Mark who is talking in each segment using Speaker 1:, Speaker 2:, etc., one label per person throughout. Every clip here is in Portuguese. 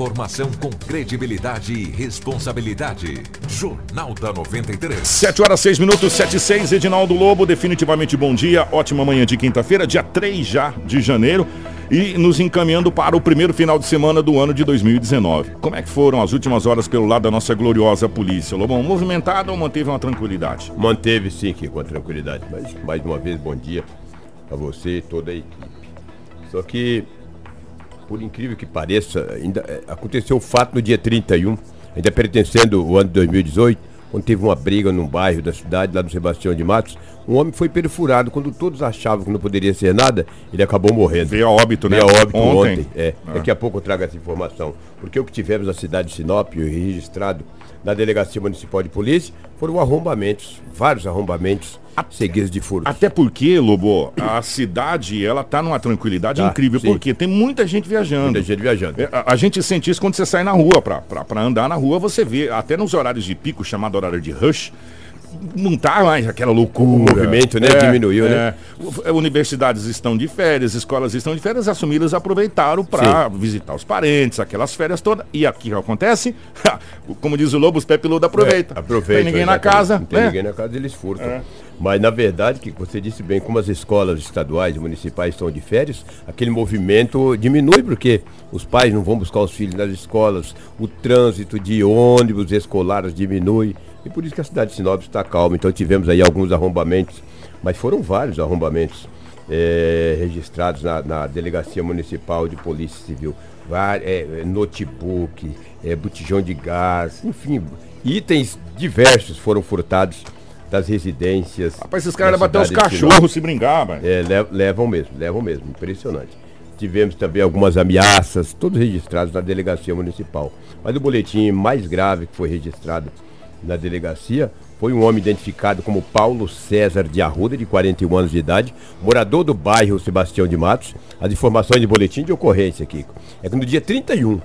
Speaker 1: Informação com credibilidade e responsabilidade. Jornal da 93.
Speaker 2: 7 horas 6 minutos, 7 e 6, Edinaldo Lobo, definitivamente bom dia, ótima manhã de quinta-feira, dia 3 já de janeiro, e nos encaminhando para o primeiro final de semana do ano de 2019. Como é que foram as últimas horas pelo lado da nossa gloriosa polícia? Lobão, movimentada ou manteve uma tranquilidade?
Speaker 3: Manteve sim aqui com tranquilidade, mas mais uma vez bom dia a você e toda a equipe. Só que, por incrível que pareça, ainda eh, aconteceu o fato no dia 31, ainda pertencendo ao ano de 2018, quando teve uma briga num bairro da cidade, lá no Sebastião de Matos, um homem foi perfurado quando todos achavam que não poderia ser nada, ele acabou morrendo.
Speaker 2: Veio a óbito, né?
Speaker 3: Veio a óbito
Speaker 2: Ontem.
Speaker 3: ontem. É,
Speaker 2: Ah.
Speaker 3: daqui a pouco eu trago essa informação. Porque o que tivemos na cidade de Sinop, e registrado na Delegacia Municipal de Polícia, foram arrombamentos, vários arrombamentos seguidos de furto.
Speaker 2: Até porque, Lobo, a cidade, ela tá numa tranquilidade
Speaker 3: Tá,
Speaker 2: incrível,
Speaker 3: sim.
Speaker 2: porque tem muita gente viajando.
Speaker 3: Muita gente viajando.
Speaker 2: É, A, a gente sente isso quando você sai na rua, pra, pra, pra andar na rua, você vê, até nos horários de pico, chamado horário de rush, não tá mais aquela loucura.
Speaker 3: O movimento, né, diminuiu, né?
Speaker 2: U- Universidades estão de férias, escolas estão de férias, as famílias aproveitaram pra visitar os parentes, aquelas férias todas. E aqui o que acontece, como diz o Lobo, os pé piludo aproveita.
Speaker 3: É, Aproveita.
Speaker 2: Tem ninguém na
Speaker 3: exatamente.
Speaker 2: casa,
Speaker 3: Não tem
Speaker 2: né? É.
Speaker 3: ninguém na casa, eles furtam. Mas na verdade, que você disse bem, como as escolas estaduais e municipais estão de férias, aquele movimento diminui, porque os pais não vão buscar os filhos nas escolas, o trânsito de ônibus escolares diminui. E por isso que a cidade de Sinop está calma. Então tivemos aí alguns arrombamentos, mas foram vários arrombamentos eh, registrados na, na Delegacia Municipal de Polícia Civil. Vari- eh, eh, notebook, eh, botijão de gás, enfim, itens diversos foram furtados das residências.
Speaker 2: Rapaz, esses caras
Speaker 3: da
Speaker 2: levam até os
Speaker 3: cidade de Sinop.
Speaker 2: cachorros se brincar, velho.
Speaker 3: É, le- levam mesmo, levam mesmo, impressionante. Tivemos também algumas ameaças, todos registrados na delegacia municipal. Mas o boletim mais grave que foi registrado na delegacia foi um homem identificado como Paulo César de Arruda, de 41 anos de idade, morador do bairro Sebastião de Matos. As informações de boletim de ocorrência, Kiko, é que no dia 31,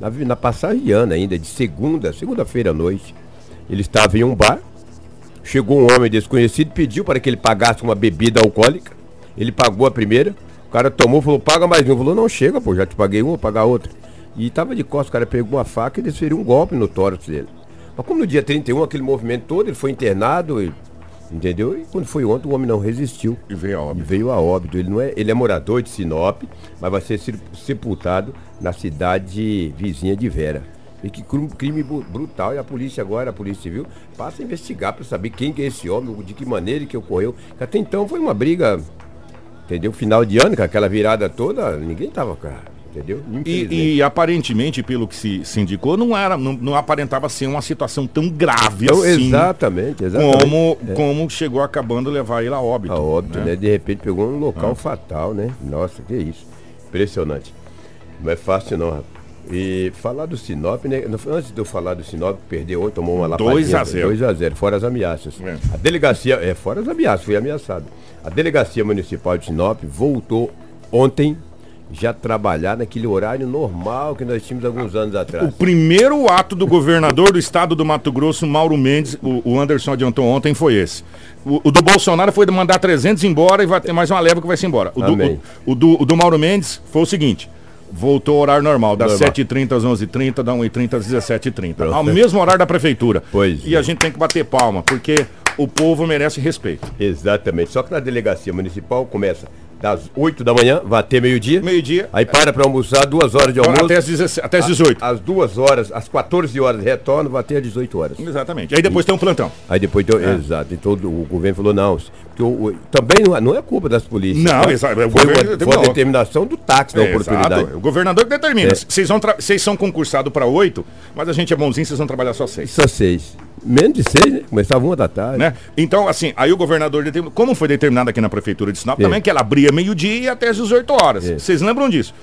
Speaker 3: na, vi- na passagem Ana ainda, de segunda, segunda-feira à noite, ele estava em um bar, Chegou um homem desconhecido, pediu para que ele pagasse uma bebida alcoólica. Ele pagou a primeira. O cara tomou, falou, paga mais um. Falou, não chega, pô, já te paguei uma, vou pagar outra. E tava de costas, o cara pegou uma faca e desferiu um golpe no tórax dele. Mas como no dia 31, aquele movimento todo, ele foi internado, e- entendeu? E quando foi ontem, o homem não resistiu.
Speaker 2: E veio a óbito.
Speaker 3: E veio a óbito. Ele, não é, ele é morador de Sinop, mas vai ser sep- sepultado na cidade vizinha de Vera. E que cru- crime bu- brutal. E a polícia agora, a polícia civil, passa a investigar para saber quem que é esse homem, de que maneira que ocorreu. Que Até então foi uma briga, entendeu? Final de ano, com aquela virada toda, ninguém tava, cara, entendeu? Infelizmente.
Speaker 2: E, e, aparentemente, pelo que se, se indicou, não era, não, não aparentava ser uma situação tão grave
Speaker 3: Então,
Speaker 2: assim.
Speaker 3: exatamente, exatamente. É.
Speaker 2: Como, como chegou acabando a levar ele a óbito.
Speaker 3: A óbito, né? De repente pegou um
Speaker 2: Ah.
Speaker 3: local fatal, né? Nossa, que isso. Impressionante. Não é fácil não, rapaz. E falar do Sinop, né? No- Antes de eu falar do Sinop, que perdeu ontem, tomou uma lapadinha.
Speaker 2: 2 a 0.
Speaker 3: 2 a 0, fora as ameaças.
Speaker 2: É.
Speaker 3: A delegacia, é, fora as ameaças, fui ameaçado. A delegacia municipal de Sinop voltou ontem já trabalhar naquele horário normal que nós tínhamos alguns anos atrás.
Speaker 2: O primeiro ato do governador do estado do Mato Grosso, Mauro Mendes, o, o Anderson adiantou ontem, foi esse. O, o do Bolsonaro foi de mandar 300 embora e vai ter mais uma leva que vai se embora. O do,
Speaker 3: Amém.
Speaker 2: o- o do, o do Mauro Mendes foi o seguinte. Voltou ao horário normal, das
Speaker 3: Normal.
Speaker 2: 7h30 às 11h30, da 1h30 às 17h30. Ao
Speaker 3: Pronto.
Speaker 2: mesmo horário da prefeitura.
Speaker 3: Pois
Speaker 2: E
Speaker 3: é.
Speaker 2: a gente tem que bater palma, porque o povo merece respeito.
Speaker 3: Exatamente. Só que na delegacia municipal começa das 8 da manhã, vai até meio-dia.
Speaker 2: Meio-dia.
Speaker 3: Aí para para almoçar, duas horas de almoço.
Speaker 2: Até às, 17 até às 18
Speaker 3: Às duas horas, às 14 horas retorno, vai até às 18 horas.
Speaker 2: Exatamente. Aí depois tem um plantão.
Speaker 3: Aí depois deu. Exato. Então o governo falou, não. Porque o- o- também não é, não é culpa das polícias.
Speaker 2: Não,
Speaker 3: tá?
Speaker 2: exato, é o
Speaker 3: Foi,
Speaker 2: governo
Speaker 3: uma-
Speaker 2: que
Speaker 3: foi a
Speaker 2: determinou.
Speaker 3: determinação do táxi da
Speaker 2: É,
Speaker 3: oportunidade.
Speaker 2: exato. O governador que determina.
Speaker 3: É.
Speaker 2: Vocês vão tra- vocês são concursados para oito, mas a gente é bonzinho, vocês vão trabalhar só seis.
Speaker 3: Só seis. Menos de seis, né? Começava uma da tarde.
Speaker 2: Né? Então, assim, aí o governador determinou. Como foi determinado aqui na Prefeitura de Sinop,
Speaker 3: É.
Speaker 2: também que ela abria meio-dia e até às 18 horas.
Speaker 3: É.
Speaker 2: Vocês lembram disso?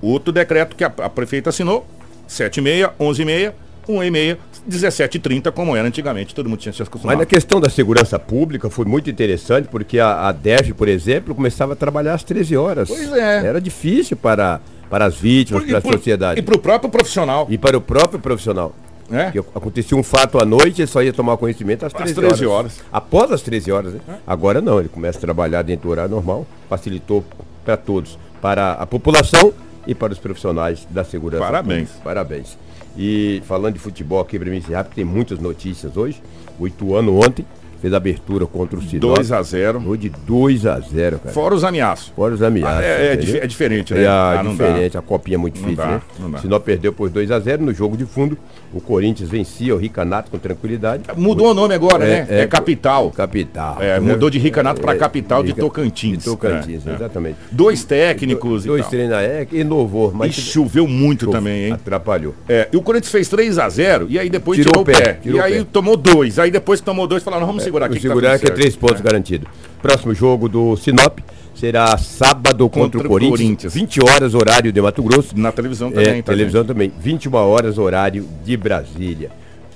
Speaker 2: Outro decreto que a, a prefeita assinou: 7h30, 11h30, 1h30, 17h30, como era antigamente, todo mundo tinha se
Speaker 3: Mas
Speaker 2: acostumado.
Speaker 3: na questão da segurança pública foi muito interessante, porque a, a DEF, por exemplo, começava a trabalhar às 13 horas.
Speaker 2: Pois é.
Speaker 3: Era difícil para, para as vítimas,
Speaker 2: Por-
Speaker 3: para a
Speaker 2: por-
Speaker 3: sociedade.
Speaker 2: E pro próprio profissional.
Speaker 3: E para o próprio profissional.
Speaker 2: É.
Speaker 3: Que acontecia um fato à noite, ele só ia tomar conhecimento às 13,
Speaker 2: Às 13
Speaker 3: horas.
Speaker 2: horas.
Speaker 3: Após as 13 horas, né? Agora não, ele começa a trabalhar dentro do horário normal, facilitou para todos, para a população e para os profissionais da segurança.
Speaker 2: Parabéns.
Speaker 3: pública. Parabéns. E falando de futebol aqui para mim encerrar, porque tem muitas notícias hoje. O Ituano ontem fez a abertura contra o Sinop.
Speaker 2: 2 a 0
Speaker 3: Foi de 2 a 0, cara.
Speaker 2: Fora os ameaços.
Speaker 3: Fora os ameaças.
Speaker 2: É, é
Speaker 3: entendeu?
Speaker 2: dif- é diferente, né?
Speaker 3: Ah, É
Speaker 2: Ah, não dá.
Speaker 3: diferente, a copinha é muito difícil,
Speaker 2: dá,
Speaker 3: né?
Speaker 2: não dá.
Speaker 3: Sinop perdeu por 2 a 0 no jogo de fundo. O Corinthians vencia o Ricanato com tranquilidade.
Speaker 2: Mudou o nome agora,
Speaker 3: É,
Speaker 2: né? É,
Speaker 3: é,
Speaker 2: Capital.
Speaker 3: Capital.
Speaker 2: É,
Speaker 3: né?
Speaker 2: mudou de Ricanato para
Speaker 3: É,
Speaker 2: Capital de
Speaker 3: Rica-
Speaker 2: Tocantins.
Speaker 3: De Tocantins,
Speaker 2: É, é.
Speaker 3: exatamente.
Speaker 2: Dois técnicos
Speaker 3: Dois
Speaker 2: e tal.
Speaker 3: treinos e inovou,
Speaker 2: E
Speaker 3: mas
Speaker 2: choveu muito também, hein?
Speaker 3: atrapalhou.
Speaker 2: É, e o Corinthians fez 3 a 0 e aí depois tirou, o pé.
Speaker 3: tirou
Speaker 2: e
Speaker 3: o
Speaker 2: aí
Speaker 3: pé.
Speaker 2: tomou dois. Aí depois que tomou dois, falaram, vamos segurar aqui.
Speaker 3: o segurar que,
Speaker 2: tá tudo
Speaker 3: é
Speaker 2: certo.
Speaker 3: três pontos garantido. Próximo jogo do Sinop será sábado
Speaker 2: Contra
Speaker 3: contra,
Speaker 2: o
Speaker 3: o Corinthians,
Speaker 2: Corinthians.
Speaker 3: 20 horas, horário de Mato Grosso.
Speaker 2: Na televisão
Speaker 3: É,
Speaker 2: também, tá,
Speaker 3: televisão também. 21 horas, horário de Brasília.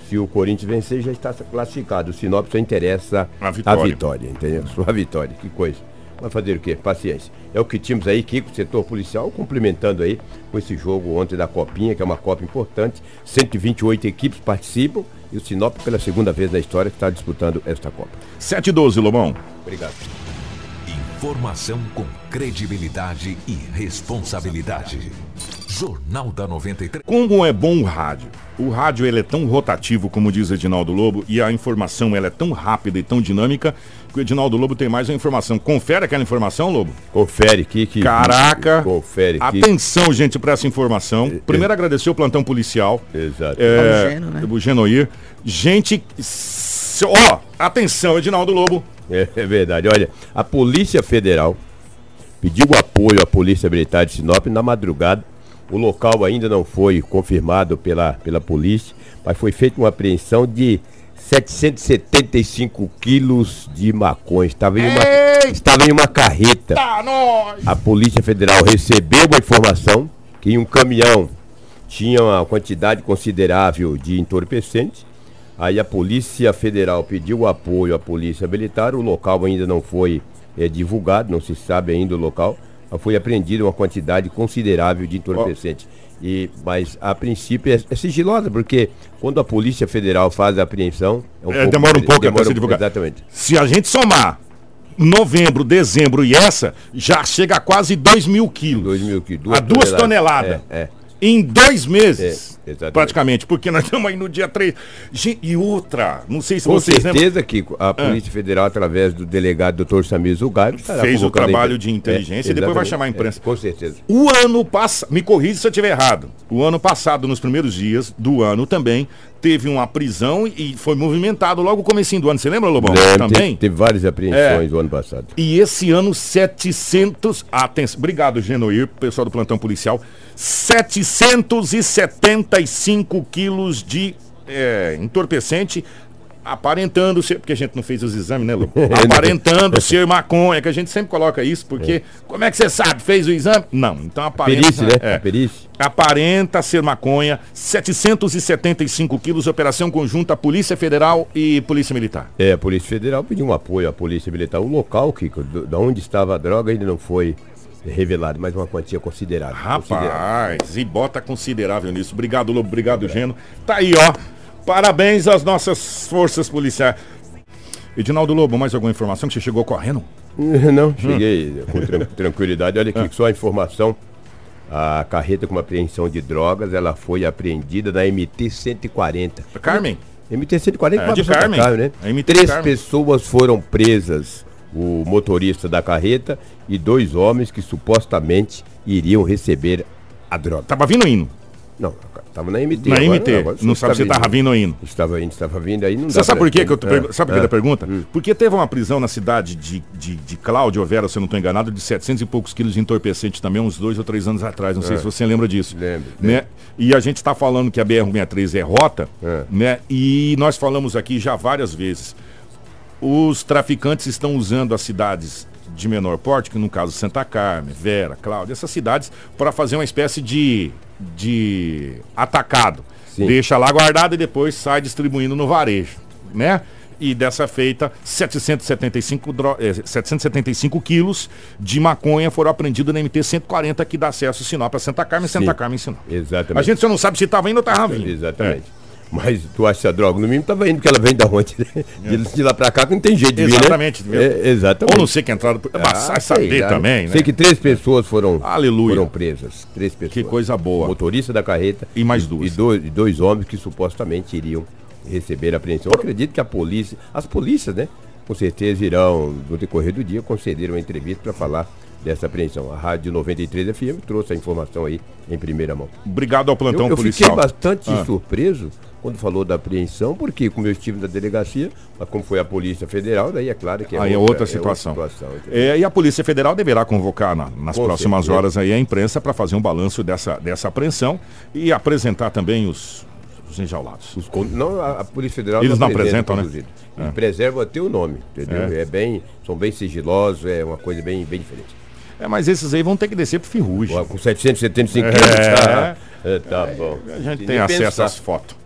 Speaker 3: Se o Corinthians vencer, já está classificado. O Sinop só interessa
Speaker 2: A vitória.
Speaker 3: entendeu? Sua vitória, que coisa. Mas fazer o quê? Paciência. É o que tínhamos aí, Kiko, setor policial, cumprimentando aí com esse jogo ontem da Copinha, que é uma Copa importante. 128 equipes participam e o Sinop, pela segunda vez na história, está disputando esta Copa.
Speaker 2: gente? 7 e 12, Lobão.
Speaker 3: Obrigado.
Speaker 1: Informação com credibilidade e responsabilidade. Jornal da 93.
Speaker 2: Como é bom o rádio. O rádio ele é tão rotativo, como diz Edinaldo Lobo, e a informação ela é tão rápida e tão dinâmica que o Edinaldo Lobo tem mais uma informação. Confere aquela informação, Lobo?
Speaker 3: Confere, Kiko.
Speaker 2: Caraca!
Speaker 3: Confere, É, Kiko.
Speaker 2: Atenção, gente, para essa informação. Primeiro, agradecer o plantão policial.
Speaker 3: Exato.
Speaker 2: É,
Speaker 4: O Geno, né?
Speaker 2: O Genoir. Gente, se- ó, atenção, Edinaldo Lobo.
Speaker 3: É, é verdade. Olha, a Polícia Federal pediu apoio à Polícia Militar de Sinop na madrugada. O local ainda não foi confirmado pela, pela polícia, mas foi feita uma apreensão de 775 quilos de maconha. Estava em uma,
Speaker 2: Eita!
Speaker 3: estava em uma carreta.
Speaker 2: Tá, nós!
Speaker 3: A Polícia Federal recebeu a informação que em um caminhão tinha uma quantidade considerável de entorpecentes. Aí a Polícia Federal pediu apoio à Polícia Militar. O local ainda não foi eh, divulgado, não se sabe ainda o local. Mas foi apreendida uma quantidade considerável de entorpecentes. E, mas a princípio é, é sigilosa, porque quando a Polícia Federal faz a apreensão. um
Speaker 2: É, demora um pouco até se divulgar.
Speaker 3: Exatamente.
Speaker 2: Se a gente somar novembro, dezembro e essa, já chega a quase 2 mil quilos.
Speaker 3: 2 mil quilos.
Speaker 2: a duas toneladas.
Speaker 3: É, é.
Speaker 2: Em dois meses,
Speaker 3: É, exatamente.
Speaker 2: praticamente, porque nós estamos aí no dia 3. E outra, não sei se
Speaker 3: Com
Speaker 2: vocês lembram. É.
Speaker 3: certeza, Kiko, a Polícia Federal, através do delegado Dr. Samir Zugari, estará
Speaker 2: Fez o
Speaker 3: convocando a
Speaker 2: trabalho
Speaker 3: inte-
Speaker 2: de inteligência e depois vai
Speaker 3: exatamente.
Speaker 2: chamar a imprensa.
Speaker 3: É, com certeza.
Speaker 2: O ano passado, me corrija se eu estiver errado. O ano passado, nos primeiros dias do ano também, teve uma prisão e foi movimentado logo no comecinho do ano. Você lembra, Lobão?
Speaker 3: É,
Speaker 2: também?
Speaker 3: Teve, teve várias apreensões
Speaker 2: É.
Speaker 3: o ano passado.
Speaker 2: E esse ano, 700. Atenção. Obrigado, Genoir, pessoal do plantão policial. 775 quilos de é, entorpecente. Aparentando ser, porque a gente não fez os exames, né, Lu? Aparentando ser maconha, que a gente sempre coloca isso, porque como é que você sabe? Fez o exame? Não, então aparenta.
Speaker 3: Perícia, né?
Speaker 2: É.
Speaker 3: A perícia.
Speaker 2: Aparenta ser maconha, 775 quilos, operação conjunta Polícia Federal e Polícia Militar.
Speaker 3: É, a Polícia Federal pediu um apoio à Polícia Militar. O local, Kiko, do- da onde estava a droga ainda não foi revelado, mas uma quantia considerável. considerável.
Speaker 2: Rapaz, e bota considerável nisso. Obrigado, Lobo. Obrigado, Geno. Tá aí, ó. Parabéns às nossas forças policiais. Edinaldo Lobo, mais alguma informação que você chegou correndo? Hum.
Speaker 3: Não, cheguei com tran- tranquilidade. Olha aqui, só a informação. A carreta com apreensão de drogas, ela foi apreendida na MT-140.
Speaker 2: Carmen?
Speaker 3: MT-140
Speaker 2: É, de
Speaker 3: Santa
Speaker 2: Carmen.
Speaker 3: né?
Speaker 2: É, MT
Speaker 3: Três
Speaker 2: Carmen.
Speaker 3: pessoas foram presas. O motorista da carreta e dois homens que supostamente iriam receber a droga.
Speaker 2: Tava vindo indo.
Speaker 3: Não, estava na MT.
Speaker 2: Na
Speaker 3: agora
Speaker 2: MT.
Speaker 3: agora tá
Speaker 2: não sabe se
Speaker 3: estava
Speaker 2: tava vindo ou indo.
Speaker 3: Estava indo, estava vindo, aí não
Speaker 2: Você
Speaker 3: dá
Speaker 2: sabe
Speaker 3: pra-
Speaker 2: por quê que eu tô
Speaker 3: É,
Speaker 2: pergu- Sabe por que
Speaker 3: é.
Speaker 2: da pergunta? Porque teve uma prisão na cidade de, de, de Cláudio Vera, se eu não estou enganado, de 700 e poucos quilos de entorpecente também, uns dois ou três anos atrás. Não sei se você lembra disso.
Speaker 3: É. Lembro,
Speaker 2: Né? E a gente está falando que a BR-63 é rota,
Speaker 3: É.
Speaker 2: né? E nós falamos aqui já várias vezes. Os traficantes estão usando as cidades de menor porte, que no caso Santa Carmen, Vera, Cláudia, essas cidades, para fazer uma espécie de, de atacado.
Speaker 3: Sim.
Speaker 2: Deixa lá guardado e depois sai distribuindo no varejo, né? E dessa feita, 775, dro- eh, 775 quilos de maconha foram apreendidos na MT-140, que dá acesso Sinop para Santa Carmen, Santa
Speaker 3: Sim.
Speaker 2: Carmen Sinop.
Speaker 3: Exatamente.
Speaker 2: A gente só não sabe se estava indo ou estava vindo.
Speaker 3: Exatamente. Mas tu acha essa droga? No mínimo tava indo, porque ela vem da onde? né? De, de lá pra cá que não tem jeito de vir, né?
Speaker 2: É. Exatamente, viu?
Speaker 3: É, exatamente.
Speaker 2: Ou não sei que entraram. Por...
Speaker 3: Ah,
Speaker 2: Mas sai
Speaker 3: sei
Speaker 2: saber
Speaker 3: lá.
Speaker 2: também, né?
Speaker 3: Sei que três pessoas foram,
Speaker 2: Aleluia.
Speaker 3: foram presas. Três pessoas.
Speaker 2: Que coisa boa.
Speaker 3: O motorista da carreta
Speaker 2: E mais duas.
Speaker 3: E dois, e dois homens que supostamente iriam receber a apreensão. Eu acredito que a polícia, as polícias, né? Com certeza irão, no decorrer do dia, conceder uma entrevista para falar dessa apreensão. A Rádio 93 FM trouxe a informação aí em primeira mão.
Speaker 2: Obrigado ao plantão
Speaker 3: Eu, eu
Speaker 2: Então, policial.
Speaker 3: fiquei bastante
Speaker 2: Ah.
Speaker 3: surpreso quando falou da apreensão, porque como eu estive na delegacia, mas como foi a Polícia Federal, daí é claro que é,
Speaker 2: Aí é outra situação.
Speaker 3: entendeu?
Speaker 2: É, e a Polícia Federal deverá convocar na- nas
Speaker 3: Com
Speaker 2: próximas
Speaker 3: certeza.
Speaker 2: horas aí a imprensa para fazer um balanço dessa, dessa apreensão e apresentar também os, os enjaulados.
Speaker 3: Os con- não, a, a Polícia Federal
Speaker 2: Eles não apresentam, né?
Speaker 3: conduzido. Eles preservam até o nome, entendeu?
Speaker 2: É.
Speaker 3: É. bem, são bem sigilosos, é uma coisa bem, bem diferente.
Speaker 2: É, mas esses aí vão ter que descer pro Ferrugem.
Speaker 3: Com 775
Speaker 2: É.
Speaker 3: tá, é, tá bom.
Speaker 2: A gente
Speaker 3: Nem
Speaker 2: tem acesso
Speaker 3: pensar.
Speaker 2: às fotos.